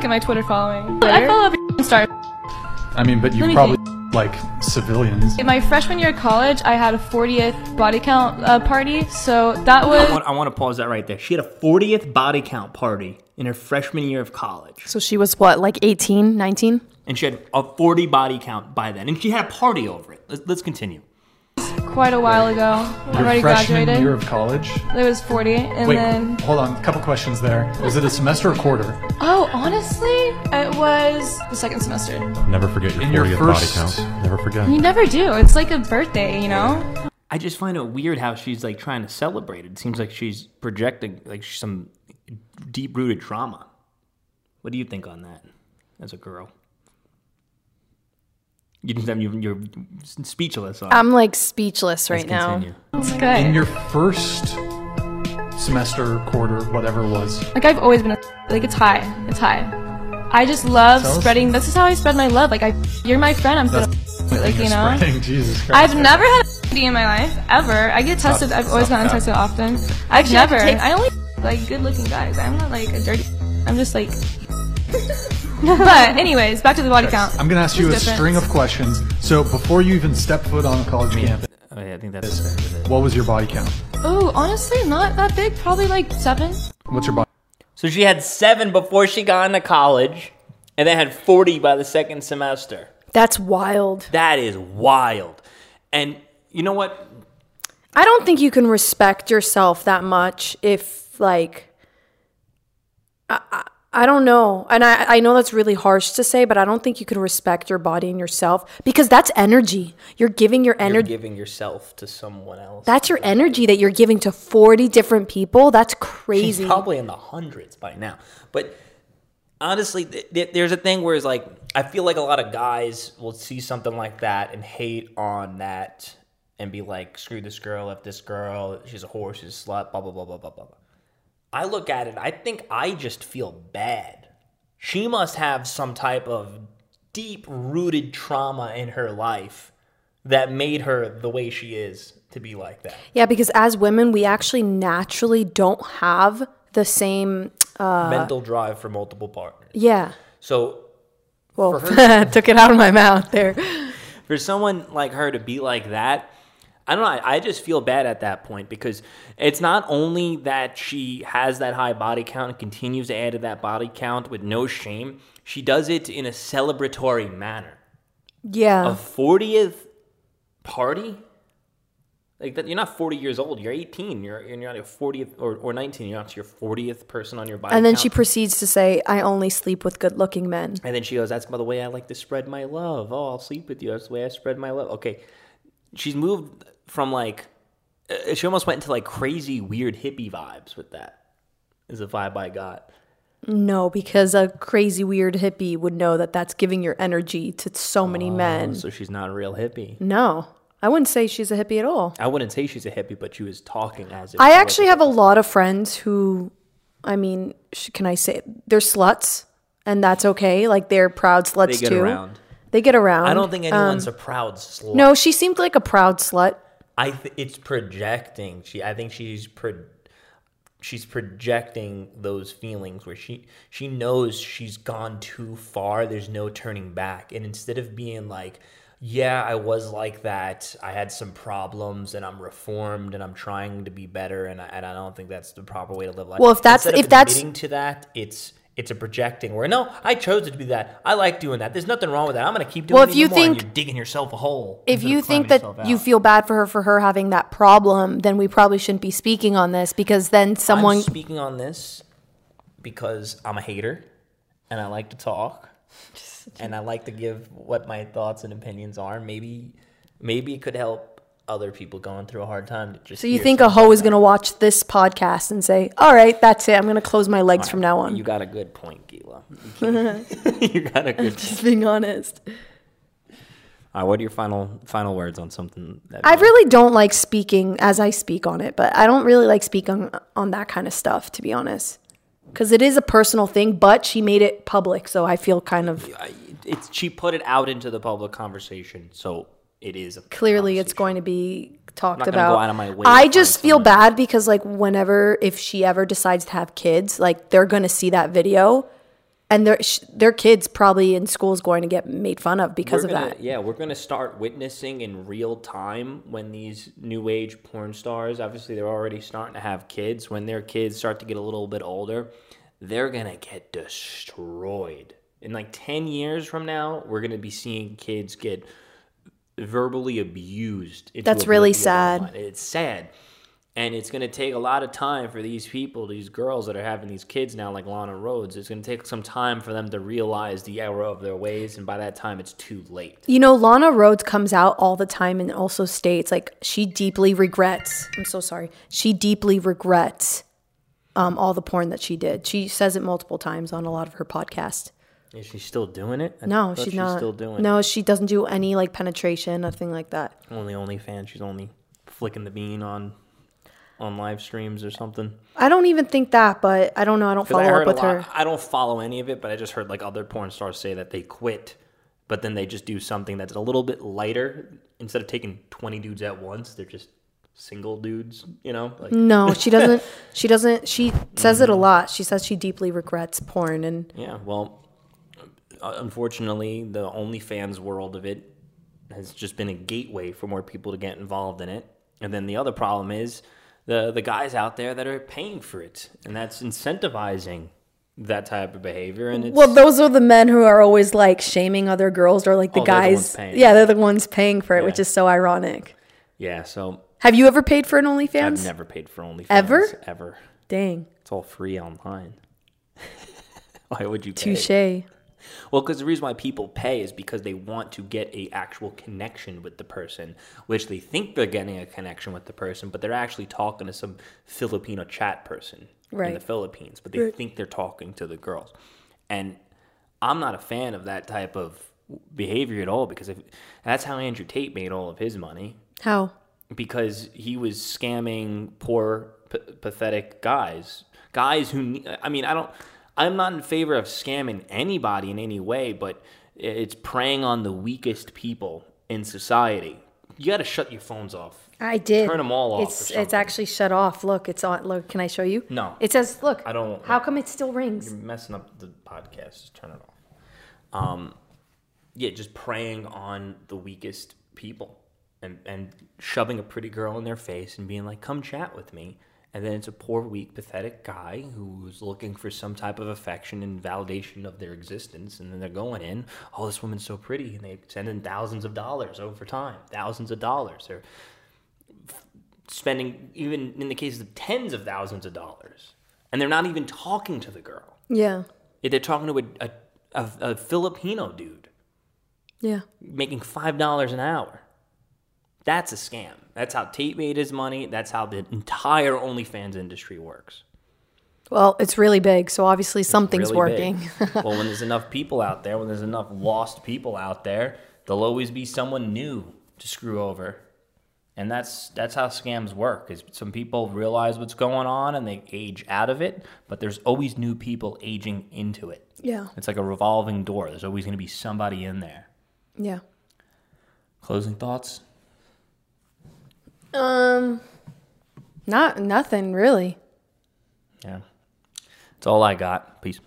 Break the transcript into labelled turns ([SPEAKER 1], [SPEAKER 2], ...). [SPEAKER 1] at my Twitter following. I follow every star.
[SPEAKER 2] I mean, but you
[SPEAKER 1] Let me
[SPEAKER 2] probably like civilians.
[SPEAKER 1] In my freshman year of college, I had a 40th body count uh, party, so that was.
[SPEAKER 3] I want, I want to pause that right there. She had a 40th body count party in her freshman year of college,
[SPEAKER 4] So she was what, like 18, 19?
[SPEAKER 3] and she had a 40 body count by then, and she had a party over it. Let's, let's continue.
[SPEAKER 1] quite a while ago. I
[SPEAKER 2] Your
[SPEAKER 1] already
[SPEAKER 2] freshman
[SPEAKER 1] graduated.
[SPEAKER 2] year of college.
[SPEAKER 1] There was 40, and
[SPEAKER 2] Wait,
[SPEAKER 1] then
[SPEAKER 2] hold on. A couple questions there. Was it a semester or quarter?
[SPEAKER 1] oh, honestly, it was the second semester.
[SPEAKER 5] Never forget your
[SPEAKER 2] In your
[SPEAKER 5] 40th
[SPEAKER 2] first-
[SPEAKER 5] body count. Never forget.
[SPEAKER 1] You never do. It's like a birthday, you know.
[SPEAKER 3] I just find it weird how she's like trying to celebrate it. It seems like she's projecting like some deep rooted trauma. What do you think on that as a girl? You just have, you're, you're speechless on it.
[SPEAKER 4] I'm like speechless right
[SPEAKER 3] Let's
[SPEAKER 4] now.
[SPEAKER 3] continue.
[SPEAKER 1] It's good.
[SPEAKER 2] In your first semester, quarter, whatever it was.
[SPEAKER 1] Like I've always been a, like it's high. It's high. I just love
[SPEAKER 2] Tell us.
[SPEAKER 1] spreading. This is how I spread my love. Like I, you're my friend. I'm so like you know.
[SPEAKER 2] Spreading, Jesus Christ.
[SPEAKER 1] I've never had a in my life ever. I get tested. I've always gotten tested often. I've never. I only like good-looking guys. I'm not like a dirty. I'm just like. but anyways, back to the body count.
[SPEAKER 2] I'm gonna ask you a
[SPEAKER 1] It's different.
[SPEAKER 2] string of questions. So before you even step foot on a college campus,
[SPEAKER 3] Oh, yeah, I think that's fair.
[SPEAKER 2] what was your body count?
[SPEAKER 1] Oh, honestly, not that big. Probably like seven.
[SPEAKER 2] What's your body?
[SPEAKER 3] So she had seven before she got into college, and then had 40 by the second semester.
[SPEAKER 4] That's wild.
[SPEAKER 3] That is wild. And you know what?
[SPEAKER 4] I don't think you can respect yourself that much if like I, I, I don't know. And I, I know that's really harsh to say, but I don't think you can respect your body and yourself because that's energy. You're giving your
[SPEAKER 3] You're
[SPEAKER 4] energy
[SPEAKER 3] giving yourself to someone else.
[SPEAKER 4] that's your energy that you're giving to 40 different people. That's
[SPEAKER 3] She's
[SPEAKER 4] crazy.
[SPEAKER 3] probably in the hundreds by now. But honestly, th- th- there's a thing where it's like, I feel like a lot of guys will see something like that and hate on that and be like, screw this girl, F this girl, she's a whore, she's a slut, blah, blah, blah, blah, blah, blah. I look at it, I think I just feel bad. She must have some type of deep rooted trauma in her life that made her the way she is to be like that.
[SPEAKER 4] yeah, because as women, we actually naturally don't have the same
[SPEAKER 3] Mental drive for multiple partners.
[SPEAKER 4] yeah.
[SPEAKER 3] So
[SPEAKER 4] Well, took it out of my mouth there.
[SPEAKER 3] for someone like her to be like that, I don't know. I, I just feel bad at that point because it's not only that she has that high body count and continues to add to that body count with no shame, she does it in a celebratory manner.
[SPEAKER 4] Yeah.
[SPEAKER 3] A 40th party? Like that, you're not 40 years old. You're 18. You're and you're on your 40th or, or 19. You're not your 40th person on your body.
[SPEAKER 4] and then
[SPEAKER 3] count.
[SPEAKER 4] she proceeds to say, "I only sleep with good-looking men."
[SPEAKER 3] And then she goes, That's by the way I like to spread my love. Oh, I'll sleep with you. That's the way I spread my love. Okay. She's moved from like, uh, she almost went into like crazy, weird hippie vibes with that, is the vibe I got.
[SPEAKER 4] No, because a crazy weird hippie would know that that's giving your energy to so many
[SPEAKER 3] Oh,
[SPEAKER 4] men.
[SPEAKER 3] So she's not a real hippie.
[SPEAKER 4] No. I wouldn't say she's a hippie at all.
[SPEAKER 3] I wouldn't say she's a hippie, but she was talking as if.
[SPEAKER 4] I
[SPEAKER 3] she was
[SPEAKER 4] actually have a lot of friends who I mean, sh- can I say they're sluts and that's okay. Like they're proud sluts
[SPEAKER 3] They get
[SPEAKER 4] too.
[SPEAKER 3] around.
[SPEAKER 4] They get around.
[SPEAKER 3] I don't think anyone's a proud slut.
[SPEAKER 4] Um, No, she seemed like a proud slut.
[SPEAKER 3] I th- it's projecting. She, I think she's pro- she's projecting those feelings where she she knows she's gone too far. There's no turning back. And instead of being like, yeah, I was like that. I had some problems, and I'm reformed, and I'm trying to be better. And I, and I don't think that's the proper way to live life.
[SPEAKER 4] Well, if that's-
[SPEAKER 3] Instead of
[SPEAKER 4] if that's-
[SPEAKER 3] admitting to that, it's. It's a projecting where no, I chose to be that. I like doing that. There's nothing wrong with that. I'm gonna keep doing.
[SPEAKER 4] Well,
[SPEAKER 3] it
[SPEAKER 4] if
[SPEAKER 3] even
[SPEAKER 4] you
[SPEAKER 3] more, and
[SPEAKER 4] think-
[SPEAKER 3] you're digging yourself a hole,
[SPEAKER 4] If
[SPEAKER 3] instead of
[SPEAKER 4] you think
[SPEAKER 3] climbing
[SPEAKER 4] that
[SPEAKER 3] yourself
[SPEAKER 4] you
[SPEAKER 3] out.
[SPEAKER 4] feel bad for her for her having that problem, then we probably shouldn't be speaking on this because then someone
[SPEAKER 3] I'm speaking on this because I'm a hater and I like to talk and I like to give what my thoughts and opinions are. Maybe maybe it could help other people going through a hard time to just
[SPEAKER 4] So you
[SPEAKER 3] hear
[SPEAKER 4] think a hoe is going to watch this podcast and say, "All right, that's it. I'm going to close my legs from now
[SPEAKER 3] some-
[SPEAKER 4] on."
[SPEAKER 3] you got a good point, Gila. you got a good point.
[SPEAKER 4] Just being honest.
[SPEAKER 3] All right, what are your final final words on something that
[SPEAKER 4] I really don't like speaking as I speak on it, but I don't really like speaking on that kind of stuff to be honest. Cuz it is a personal thing, but she made it public, so I feel kind of
[SPEAKER 3] it's she put it out into the public conversation, so it is a
[SPEAKER 4] clearly it's going to be talked
[SPEAKER 3] not gonna go
[SPEAKER 4] about.
[SPEAKER 3] out of my way to
[SPEAKER 4] I
[SPEAKER 3] find
[SPEAKER 4] just feel
[SPEAKER 3] someone.
[SPEAKER 4] bad because like whenever if she ever decides to have kids, like they're going to see that video and their sh- their kids probably in school is going to get made fun of because
[SPEAKER 3] We're
[SPEAKER 4] of
[SPEAKER 3] gonna-
[SPEAKER 4] that.
[SPEAKER 3] Yeah, we're gonna start witnessing in real time when these new age porn stars, obviously they're already starting to have kids. When their kids start to get a little bit older, they're gonna get destroyed. In like ten years from now, we're gonna be seeing kids get verbally abused. into
[SPEAKER 4] That's really
[SPEAKER 3] oblivion
[SPEAKER 4] sad.
[SPEAKER 3] online. It's sad. And it's going to take a lot of time for these people, these girls that are having these kids now, like Lana Rhodes. It's going to take some time for them to realize the error of their ways. And by that time, it's too late.
[SPEAKER 4] You know, Lana Rhodes comes out all the time and also states like she deeply regrets. I'm so sorry. She deeply regrets um, all the porn that she did. She says it multiple times on a lot of her podcast.
[SPEAKER 3] Is she still doing it? I
[SPEAKER 4] No,
[SPEAKER 3] thought
[SPEAKER 4] she's
[SPEAKER 3] she's
[SPEAKER 4] not.
[SPEAKER 3] still doing
[SPEAKER 4] no, she doesn't do any like penetration, nothing like that.
[SPEAKER 3] it. Only OnlyFans. She's only flicking the bean on on live streams or something.
[SPEAKER 4] I don't even think that, but I don't know. I don't
[SPEAKER 3] 'Cause I
[SPEAKER 4] follow
[SPEAKER 3] heard
[SPEAKER 4] up
[SPEAKER 3] a
[SPEAKER 4] with her.
[SPEAKER 3] lot- I don't follow any of it, but I just heard like other porn stars say that they quit, but then they just do something that's a little bit lighter. Instead of taking twenty dudes at once, they're just single dudes. You know, like
[SPEAKER 4] No, she doesn't. she doesn't. She says
[SPEAKER 3] Mm-hmm.
[SPEAKER 4] it a lot. She says she deeply regrets porn, and
[SPEAKER 3] yeah. Well, uh, unfortunately, the OnlyFans world of it has just been a gateway for more people to get involved in it. And then the other problem is the the guys out there that are paying for it, and that's incentivizing that type of behavior. And it's,
[SPEAKER 4] well, those are the men who are always like shaming other girls, or like the
[SPEAKER 3] Oh, they're the ones
[SPEAKER 4] guys.
[SPEAKER 3] paying.
[SPEAKER 4] yeah, they're the ones paying for it, which
[SPEAKER 3] Yeah.
[SPEAKER 4] is so ironic.
[SPEAKER 3] yeah, so
[SPEAKER 4] Have you ever paid for an
[SPEAKER 3] I've
[SPEAKER 4] OnlyFans?
[SPEAKER 3] never paid for OnlyFans
[SPEAKER 4] Ever?
[SPEAKER 3] Ever.
[SPEAKER 4] Dang,
[SPEAKER 3] It's all free online. why would you pay?
[SPEAKER 4] touche.
[SPEAKER 3] Well, because the reason why people pay is because they want to get a actual connection with the person, which they think they're getting a connection with the person, but they're actually talking to some Filipino chat person in the
[SPEAKER 4] Right.
[SPEAKER 3] Philippines, but they think they're talking to the girls. And I'm not a fan of that type of behavior at all because if, that's how Andrew Tate made all of his money
[SPEAKER 4] How?
[SPEAKER 3] because he was scamming poor, p- pathetic guys. Guys who, ne- I mean, I don't, I'm not in favor of scamming anybody in any way, but i- it's preying on the weakest people in society. You got to shut your phones off.
[SPEAKER 4] I did.
[SPEAKER 3] Turn 'em all off or
[SPEAKER 4] It's it's
[SPEAKER 3] something.
[SPEAKER 4] actually shut off. Look, it's on. Look, can I show you?
[SPEAKER 3] No.
[SPEAKER 4] It says, look.
[SPEAKER 3] I don't-
[SPEAKER 4] How come it still rings?
[SPEAKER 3] You're messing up the podcast. Just turn it off. Um, yeah, just preying on the weakest people and and shoving a pretty girl in their face and being like, "Come chat with me." And then it's a poor, weak, pathetic guy who's looking for some type of affection and validation of their existence. And then they're going in, oh, this woman's so pretty. And they send in thousands of dollars over time, thousands of dollars. They're spending, even in the cases of tens of thousands of dollars. And they're not even talking to the girl.
[SPEAKER 4] Yeah.
[SPEAKER 3] Yeah, They're talking to a, a, a, a Filipino dude
[SPEAKER 4] Yeah.
[SPEAKER 3] making $5 an hour. That's a scam. That's how Tate made his money. That's how the entire OnlyFans industry works.
[SPEAKER 4] Well, it's really big, so obviously something's
[SPEAKER 3] Really big.
[SPEAKER 4] working.
[SPEAKER 3] well, when there's enough people out there, when there's enough lost people out there, there'll always be someone new to screw over. And that's that's how scams work. Is some people realize what's going on and they age out of it, but there's always new people aging into it.
[SPEAKER 4] yeah.
[SPEAKER 3] It's like a revolving door. There's always going to be somebody in there.
[SPEAKER 4] Yeah.
[SPEAKER 3] Closing thoughts?
[SPEAKER 4] Um, not nothing really.
[SPEAKER 3] Yeah. That's all I got. Peace.